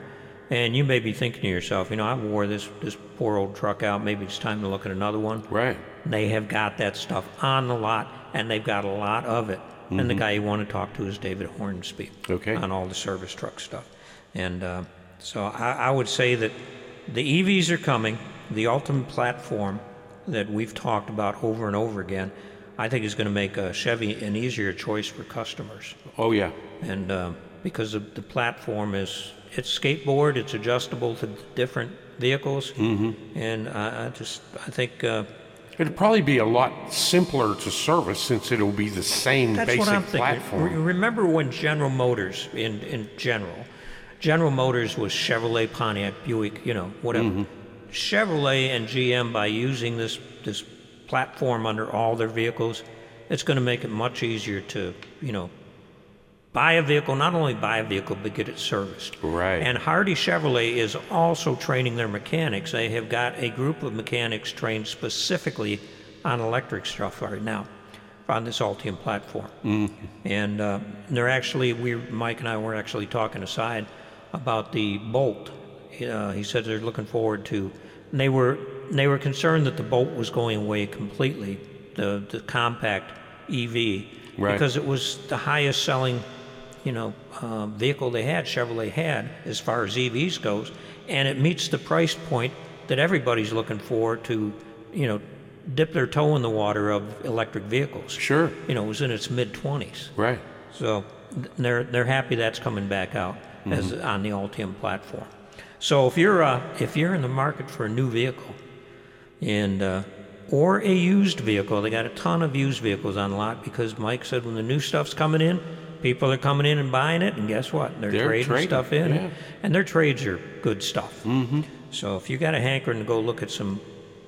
[SPEAKER 1] and you may be thinking to yourself, you know, I wore this this poor old truck out. Maybe it's time to look at another one.
[SPEAKER 2] Right.
[SPEAKER 1] They have got that stuff on the lot, and they've got a lot of it. And the guy you want to talk to is David Hornsby.
[SPEAKER 2] Okay.
[SPEAKER 1] On all the service truck stuff, and uh, so I, I would say that the EVs are coming. The ultimate platform that we've talked about over and over again, I think, is going to make uh, Chevy an easier choice for customers
[SPEAKER 2] Oh, yeah.
[SPEAKER 1] and uh, because the, the platform is it's skateboard, it's adjustable to different vehicles, and I, I just I think uh,
[SPEAKER 2] It'd probably be a lot simpler to service since it'll be the same
[SPEAKER 1] that's
[SPEAKER 2] basic
[SPEAKER 1] what I'm thinking.
[SPEAKER 2] platform.
[SPEAKER 1] Re- Remember when General Motors, in in general, General Motors was Chevrolet, Pontiac, Buick, you know, whatever.
[SPEAKER 2] Mm-hmm.
[SPEAKER 1] Chevrolet and GM, by using this this platform under all their vehicles, it's going to make it much easier to you know buy a vehicle, not only buy a vehicle, but get it serviced.
[SPEAKER 2] Right.
[SPEAKER 1] And Hardy Chevrolet is also training their mechanics. They have got a group of mechanics trained specifically on electric stuff right now on this Altium platform. And uh, they're actually, we, Mike and I were actually talking aside about the Bolt. Uh, he said they're looking forward to, and they were, they were concerned that the Bolt was going away completely, the, the compact EV.
[SPEAKER 2] Right.
[SPEAKER 1] Because because it was the highest selling, you know, um, vehicle they had, Chevrolet had, as far as EVs goes, and it meets the price point that everybody's looking for to, you know, dip their toe in the water of electric vehicles.
[SPEAKER 2] Sure.
[SPEAKER 1] You know, it was in its mid twenties,
[SPEAKER 2] Right.
[SPEAKER 1] so th- they're they're happy that's coming back out as on the Altium platform. So if you're uh, if you're in the market for a new vehicle, and uh, or a used vehicle. They got a ton of used vehicles on lot because Mike said when the new stuff's coming in, people are coming in and buying it, and guess what? They're,
[SPEAKER 2] They're
[SPEAKER 1] trading,
[SPEAKER 2] trading,
[SPEAKER 1] stuff in,
[SPEAKER 2] yeah.
[SPEAKER 1] and their trades are good stuff. Mm-hmm. So if you got a hankering to go look at some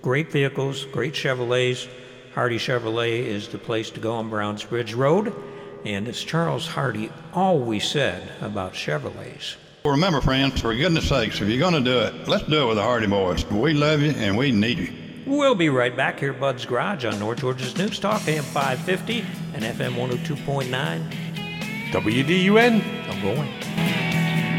[SPEAKER 1] great vehicles, great Chevrolets, Hardy Chevrolet is the place to go on Browns Bridge Road. And as Charles Hardy always said about Chevrolets,
[SPEAKER 4] Well, Remember, friends, for goodness sakes, if you're going to do it, let's do it with the Hardy Boys. We love you and we need you.
[SPEAKER 1] We'll be right back here, at Bud's Garage on North Georgia's News Talk, AM 550 and FM 102.9.
[SPEAKER 2] WDUN.
[SPEAKER 1] I'm going.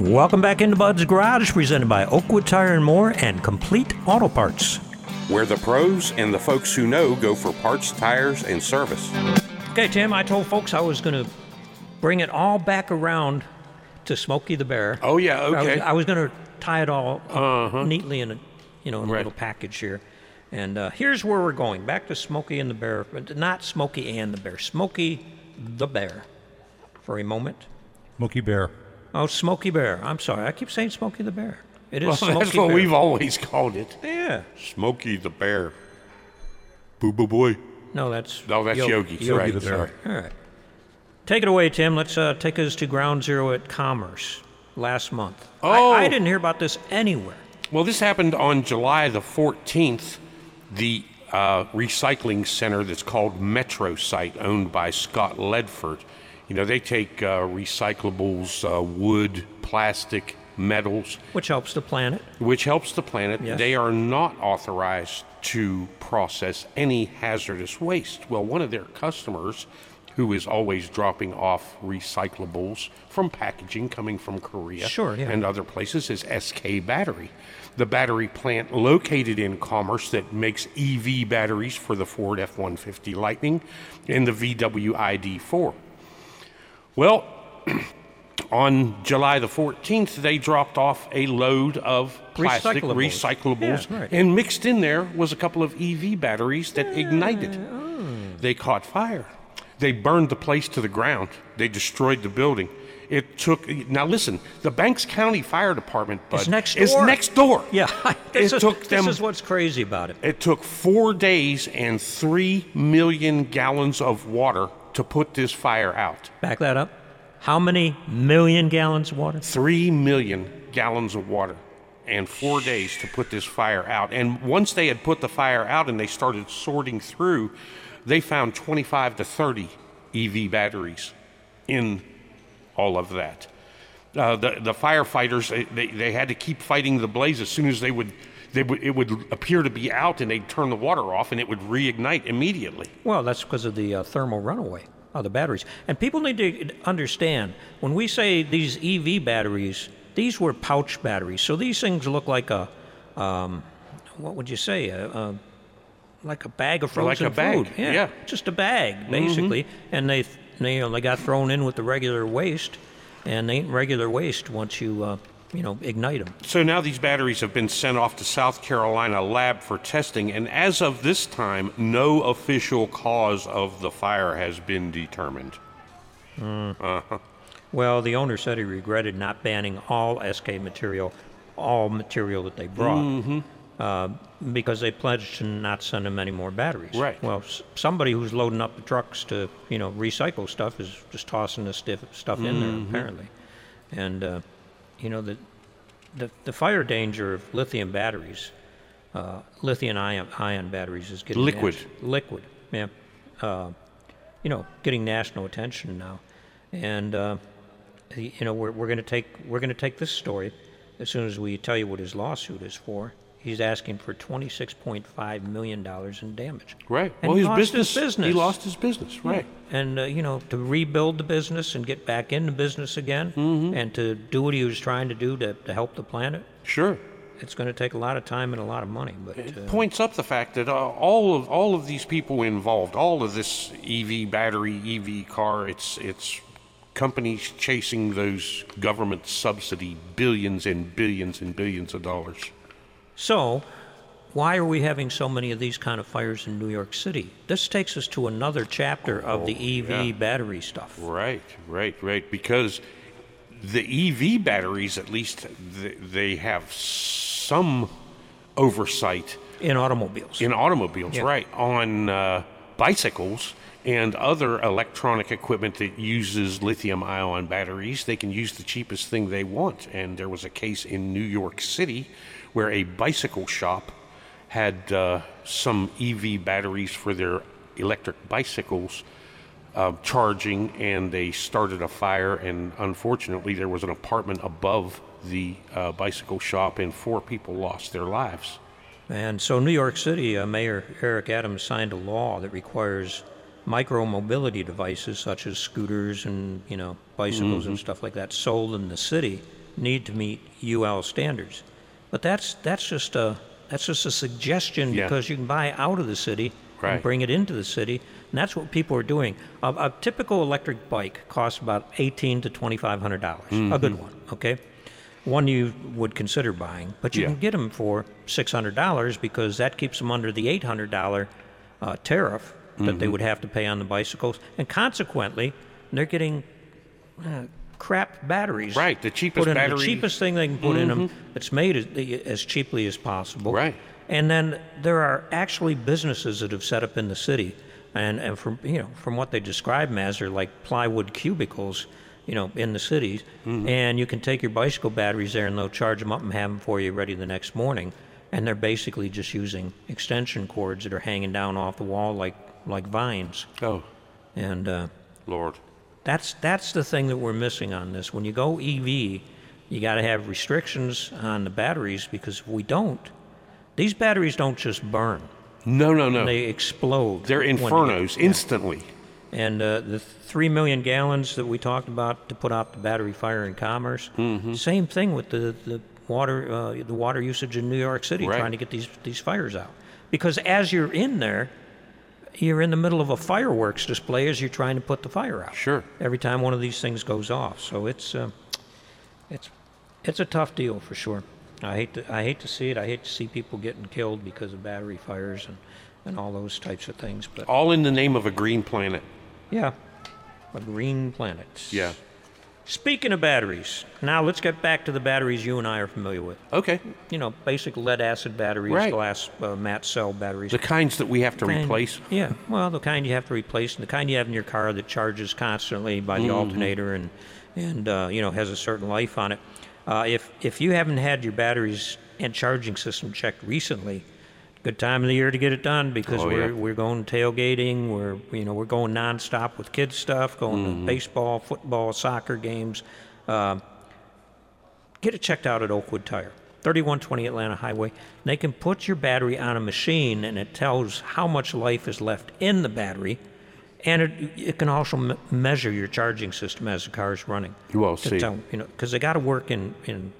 [SPEAKER 1] Welcome back into Bud's Garage, presented by Oakwood Tire and More and Complete Auto Parts.
[SPEAKER 2] where the pros and the folks who know go for parts, tires, and service.
[SPEAKER 1] Okay, Tim, I told folks I was going to bring it all back around to Smokey the Bear.
[SPEAKER 2] Oh, yeah,
[SPEAKER 1] I was-
[SPEAKER 2] okay. Uh-huh.
[SPEAKER 1] I was, going to tie it all up neatly in a, you know, in a
[SPEAKER 2] Right.
[SPEAKER 1] little package here. And uh, here's where we're going back to Smokey and the Bear, but not Smokey and the Bear, Smokey the Bear for a moment.
[SPEAKER 3] Smokey Bear.
[SPEAKER 1] Oh, Smokey Bear. I'm sorry. I keep saying Smokey the Bear. It is
[SPEAKER 2] Well,
[SPEAKER 1] Smokey
[SPEAKER 2] that's what
[SPEAKER 1] Bear.
[SPEAKER 2] we've always called it.
[SPEAKER 1] Yeah.
[SPEAKER 2] Smokey the Bear. Boo boo boy.
[SPEAKER 1] No, that's.
[SPEAKER 2] No, that's Yogi.
[SPEAKER 1] Yogi
[SPEAKER 2] right.
[SPEAKER 3] the Bear.
[SPEAKER 2] sorry.
[SPEAKER 1] All right. Take it away, Tim. Let's uh, take us to ground zero at Commerce last month.
[SPEAKER 2] Oh.
[SPEAKER 1] I, I didn't hear about this anywhere.
[SPEAKER 2] Well, this happened on July the 14th. The uh, recycling center that's called Metro Site, owned by Scott Ledford, you know, they take uh, recyclables, uh, wood, plastic, metals,
[SPEAKER 1] Which helps the planet.
[SPEAKER 2] which helps the planet.
[SPEAKER 1] Yes.
[SPEAKER 2] They are not authorized to process any hazardous waste. Well, one of their customers, who is always dropping off recyclables from packaging coming from Korea
[SPEAKER 1] Sure, yeah.
[SPEAKER 2] and other places, is SK Battery, the battery plant located in Commerce that makes EV batteries for the Ford F 150 Lightning and the VW ID4. Well, on July the 14th, they dropped off a load of plastic
[SPEAKER 1] Recyclables.
[SPEAKER 2] recyclables,
[SPEAKER 1] Yeah, right.
[SPEAKER 2] and mixed in there was a couple of EV batteries that ignited.
[SPEAKER 1] Oh.
[SPEAKER 2] They caught fire. They burned the place to the ground. They destroyed the building. It took now. Listen, the Banks County Fire Department, bud,
[SPEAKER 1] It's next
[SPEAKER 2] is
[SPEAKER 1] door.
[SPEAKER 2] next door.
[SPEAKER 1] Yeah. this,
[SPEAKER 2] it
[SPEAKER 1] is,
[SPEAKER 2] took them.
[SPEAKER 1] this is what's crazy about it.
[SPEAKER 2] It took four days and three million gallons of water to put this fire out.
[SPEAKER 1] Back that up. How many million gallons of water?
[SPEAKER 2] three million gallons of water and four days to put this fire out. And once they had put the fire out and they started sorting through, they found 25 to 30 EV batteries in all of that. Uh, the, the firefighters, they, they, they had to keep fighting the blaze as soon as they would, they would, it would appear to be out and they'd turn the water off and it would reignite immediately.
[SPEAKER 1] Well, that's because of the uh, thermal runaway of the batteries. And people need to understand when we say these EV batteries, these were pouch batteries. So these things look like a, um, what would you say, a, a, like a bag of
[SPEAKER 2] Like
[SPEAKER 1] frozen
[SPEAKER 2] a bag,
[SPEAKER 1] food.
[SPEAKER 2] yeah. Mm-hmm.
[SPEAKER 1] just a bag basically. And they, they, you know, they got thrown in with the regular waste, and they ain't regular waste once you, uh, you know, ignite them.
[SPEAKER 2] So now these batteries have been sent off to South Carolina lab for testing, and as of this time, no official cause of the fire has been determined.
[SPEAKER 1] Well, the owner said he regretted not banning all SK material, all material that they brought,
[SPEAKER 2] Mm-hmm.
[SPEAKER 1] uh, because they pledged to not send him any more batteries.
[SPEAKER 2] Right.
[SPEAKER 1] Well, s- somebody who's loading up the trucks to you know recycle stuff is just tossing this stiff stuff in
[SPEAKER 2] Mm-hmm.
[SPEAKER 1] there apparently, and uh, you know the, the the fire danger of lithium batteries, uh, lithium ion ion batteries is getting
[SPEAKER 2] Liquid.
[SPEAKER 1] nas- liquid, yeah, uh, you know, getting national attention now, and. Uh, you know we're, we're going to take we're going to take this story as soon as we tell you what his lawsuit is for he's asking for 26.5 million dollars in damage
[SPEAKER 2] Right.
[SPEAKER 1] And
[SPEAKER 2] well,
[SPEAKER 1] he
[SPEAKER 2] his
[SPEAKER 1] lost his
[SPEAKER 2] business,
[SPEAKER 1] business.
[SPEAKER 2] He lost his business. Right.
[SPEAKER 1] and uh, you know to rebuild the business and get back into business again
[SPEAKER 2] Mm-hmm.
[SPEAKER 1] and to do what he was trying to do to, to help the planet
[SPEAKER 2] Sure.
[SPEAKER 1] it's going to take a lot of time and a lot of money but
[SPEAKER 2] It
[SPEAKER 1] uh,
[SPEAKER 2] points up the fact that uh, all of all of these people involved, all of this EV battery, EV car, it's it's companies chasing those government subsidy billions and billions and billions of dollars.
[SPEAKER 1] So, why are we having so many of these kind of fires in New York City? This takes us to another chapter of the EV
[SPEAKER 2] Oh, yeah.
[SPEAKER 1] battery stuff.
[SPEAKER 2] Right, right, right. Because the EV batteries, at least, th- they have some oversight
[SPEAKER 1] In automobiles.
[SPEAKER 2] in automobiles,
[SPEAKER 1] Yeah.
[SPEAKER 2] right? On uh, bicycles and other electronic equipment that uses lithium ion batteries, they can use the cheapest thing they want. And there was a case in New York City where a bicycle shop had uh, some EV batteries for their electric bicycles uh, charging, and they started a fire. And unfortunately, there was an apartment above the uh, bicycle shop, and four people lost their lives.
[SPEAKER 1] And so, New York City uh, Mayor Eric Adams signed a law that requires micro-mobility
[SPEAKER 2] Mm-hmm.
[SPEAKER 1] devices such as scooters and you know bicycles and stuff like that sold in the city need to meet UL standards. But that's that's just a that's just a suggestion
[SPEAKER 2] Yeah.
[SPEAKER 1] because you can buy out of the city
[SPEAKER 2] Right.
[SPEAKER 1] and bring it into the city, and that's what people are doing. A, a typical electric bike costs about eighteen to twenty five hundred dollars. A
[SPEAKER 2] Mm-hmm.
[SPEAKER 1] good one, okay, one you would consider buying, but you
[SPEAKER 2] Yeah.
[SPEAKER 1] can get them for six hundred dollars because that keeps them under the eight hundred dollar uh, tariff that
[SPEAKER 2] Mm-hmm.
[SPEAKER 1] they would have to pay on the bicycles, and consequently, they're getting uh, crap batteries.
[SPEAKER 2] Right, the cheapest
[SPEAKER 1] put in,
[SPEAKER 2] battery-
[SPEAKER 1] The cheapest thing they can put in them that's made as, as cheaply as possible.
[SPEAKER 2] Right.
[SPEAKER 1] And then there are actually businesses that have set up in the city, and, and from you know from what they describe them as, they're like plywood cubicles, you know, in the cities, and you can take your bicycle batteries there, and they'll charge them up and have them for you ready the next morning, and they're basically just using extension cords that are hanging down off the wall like like vines,
[SPEAKER 2] Oh,
[SPEAKER 1] and. Uh,
[SPEAKER 2] Lord.
[SPEAKER 1] that's that's the thing that we're missing on this. When you go EV, you got to have restrictions on the batteries because if we don't, these batteries don't just burn;
[SPEAKER 2] No, no, no.
[SPEAKER 1] they explode.
[SPEAKER 2] They're
[SPEAKER 1] when you-
[SPEAKER 2] infernos instantly.
[SPEAKER 1] And uh, the three million gallons that we talked about to put out the battery fire in commerce.
[SPEAKER 2] Mm-hmm.
[SPEAKER 1] Same thing with the the water uh, the water usage in New York City,
[SPEAKER 2] Right.
[SPEAKER 1] trying to get these these fires out. Because as you're in there, you're in the middle of a fireworks display as you're trying to put the fire out
[SPEAKER 2] Sure.
[SPEAKER 1] every time one of these things goes off. So it's uh, it's it's a tough deal for sure. I hate to I hate to see it. I hate to see people getting killed because of battery fires and and all those types of things. But
[SPEAKER 2] All in the name of a green planet.
[SPEAKER 1] yeah, a green planet.
[SPEAKER 2] Yeah.
[SPEAKER 1] Speaking of batteries, now let's get back to the batteries you and I are familiar with.
[SPEAKER 2] Okay.
[SPEAKER 1] You know, basic lead acid batteries,
[SPEAKER 2] Right.
[SPEAKER 1] glass uh, mat cell batteries.
[SPEAKER 2] The kinds that we have to
[SPEAKER 1] kind-
[SPEAKER 2] replace.
[SPEAKER 1] Yeah, well, the kind you have to replace, and the kind you have in your car that charges constantly by
[SPEAKER 2] Mm-hmm.
[SPEAKER 1] the alternator, and and uh, you know has a certain life on it. Uh, if if you haven't had your batteries and charging system checked recently, good time of the year to get it done because
[SPEAKER 2] Oh, yeah.
[SPEAKER 1] we're we're going tailgating, we're you know we're going nonstop with kids stuff, going to
[SPEAKER 2] Mm-hmm.
[SPEAKER 1] baseball, football, soccer games. Uh, get it checked out at Oakwood Tire, 3120 Atlanta Highway. They can put your battery on a machine and it tells how much life is left in the battery. And it, it can also me- measure your charging system as the car is running.
[SPEAKER 2] Well,
[SPEAKER 1] To
[SPEAKER 2] see.
[SPEAKER 1] tell- you know, because they got to work in in,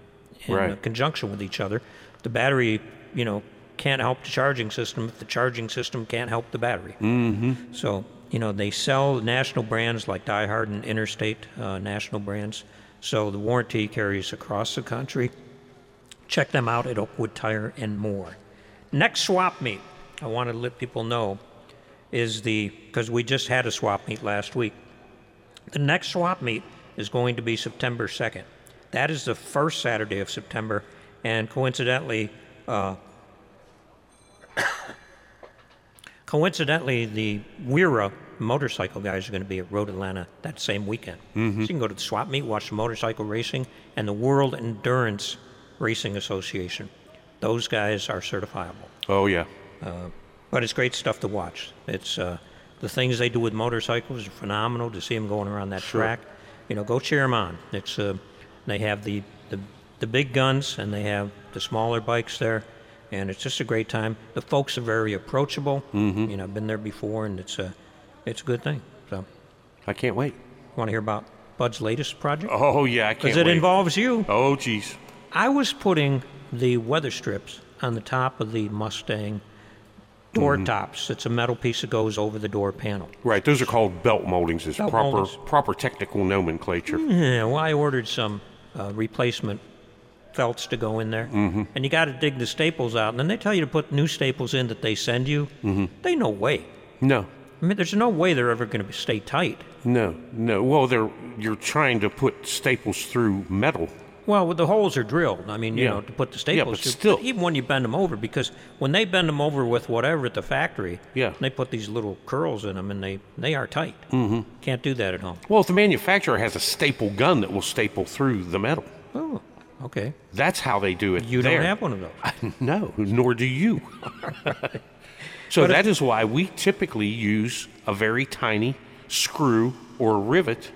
[SPEAKER 1] in
[SPEAKER 2] Right.
[SPEAKER 1] uh, conjunction with each other. The battery, you know, can't help the charging system if the charging system can't help the battery. So, you know, they sell national brands like Die Hard and Interstate uh, national brands. So the warranty carries across the country. Check them out at Oakwood Tire and more. Next swap meet, I wanted to let people know, is the, because we just had a swap meet last week. The next swap meet is going to be September 2nd. That is the first Saturday of September, and coincidentally, uh, coincidentally, the Wira motorcycle guys are going to be at Road Atlanta that same weekend. So you can go to the swap meet, watch the motorcycle racing, and the World Endurance Racing Association. Those guys are certifiable.
[SPEAKER 2] Oh, yeah.
[SPEAKER 1] But it's great stuff to watch. It's uh, the things they do with motorcycles are phenomenal. To see them going around that track, you know, go cheer them on. It's uh, they have the, the the big guns and they have the smaller bikes there, and it's just a great time. The folks are very approachable.
[SPEAKER 2] Mm-hmm.
[SPEAKER 1] You know, I've been there before, and it's a it's a good thing. So,
[SPEAKER 2] I can't wait.
[SPEAKER 1] want to hear about Bud's latest project?
[SPEAKER 2] Oh, yeah. I can't
[SPEAKER 1] Because it
[SPEAKER 2] wait.
[SPEAKER 1] involves you.
[SPEAKER 2] oh, geez.
[SPEAKER 1] I was putting the weather strips on the top of the Mustang door tops. It's a metal piece that goes over the door panel.
[SPEAKER 2] Right. Those are called belt moldings. It's
[SPEAKER 1] Belt
[SPEAKER 2] proper
[SPEAKER 1] moldings. Mm.
[SPEAKER 2] proper technical nomenclature.
[SPEAKER 1] Yeah, well, I ordered some uh, replacement felts to go in there, and you got to dig the staples out. And then they tell you to put new staples in that they send you. They no way.
[SPEAKER 2] No.
[SPEAKER 1] I mean, there's no way they're ever going to stay tight.
[SPEAKER 2] No. No. Well, they're you're trying to put staples through metal.
[SPEAKER 1] Well, the holes are drilled. I mean, you
[SPEAKER 2] Yeah.
[SPEAKER 1] know, to put the
[SPEAKER 2] Yeah,
[SPEAKER 1] staples.
[SPEAKER 2] but
[SPEAKER 1] through,
[SPEAKER 2] still.
[SPEAKER 1] even when you bend them over, because when they bend them over with whatever at the factory,
[SPEAKER 2] Yeah.
[SPEAKER 1] they put these little curls in them, and they they are tight. Mm-hmm. Can't do that at home.
[SPEAKER 2] Well, if the manufacturer has a staple gun that will staple through the metal,
[SPEAKER 1] Oh, okay.
[SPEAKER 2] that's how they do it.
[SPEAKER 1] You
[SPEAKER 2] there.
[SPEAKER 1] don't have one of those.
[SPEAKER 2] No, nor do you. so
[SPEAKER 1] uh,
[SPEAKER 2] that is why we typically use a very tiny
[SPEAKER 1] Mm-hmm.
[SPEAKER 2] screw or rivet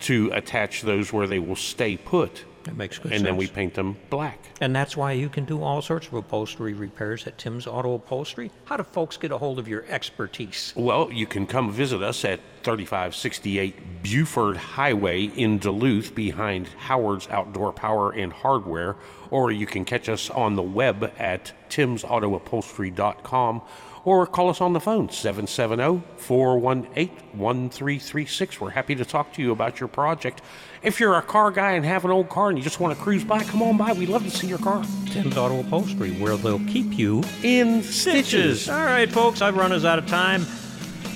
[SPEAKER 2] to attach those where they will stay put.
[SPEAKER 1] That makes good
[SPEAKER 2] and
[SPEAKER 1] sense.
[SPEAKER 2] then we paint them black.
[SPEAKER 1] And that's why you can do all sorts of upholstery repairs at Tim's Auto Upholstery. How do folks get a hold of your expertise?
[SPEAKER 2] Well, you can come visit us at 3568 Buford Highway in Duluth behind Howard's Outdoor Power and Hardware, or you can catch us on the web at timsautoupholstery.com or call us on the phone oh, 770-418-1336. We're happy to talk to you about your project. If you're a car guy and have an old car and you just want to cruise by, come on by. We'd love to see your car.
[SPEAKER 1] Tim's Auto Upholstery, where they'll keep you
[SPEAKER 2] In stitches.
[SPEAKER 1] All right, folks, I've run us out of time.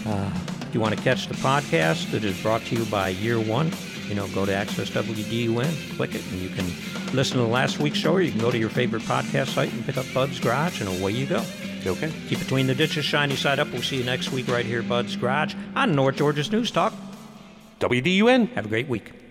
[SPEAKER 1] Uh, if you want to catch the podcast that is brought to you by Year One, you know, go to Access WDUN, click it, and you can listen to last week's show, or you can go to your favorite podcast site and pick up Bud's Garage, and away you go.
[SPEAKER 2] Okay.
[SPEAKER 1] Keep between the ditches, shiny side up. We'll see you next week right here, Bud's Garage, on North Georgia's News Talk.
[SPEAKER 2] WDUN.
[SPEAKER 1] Have a great week.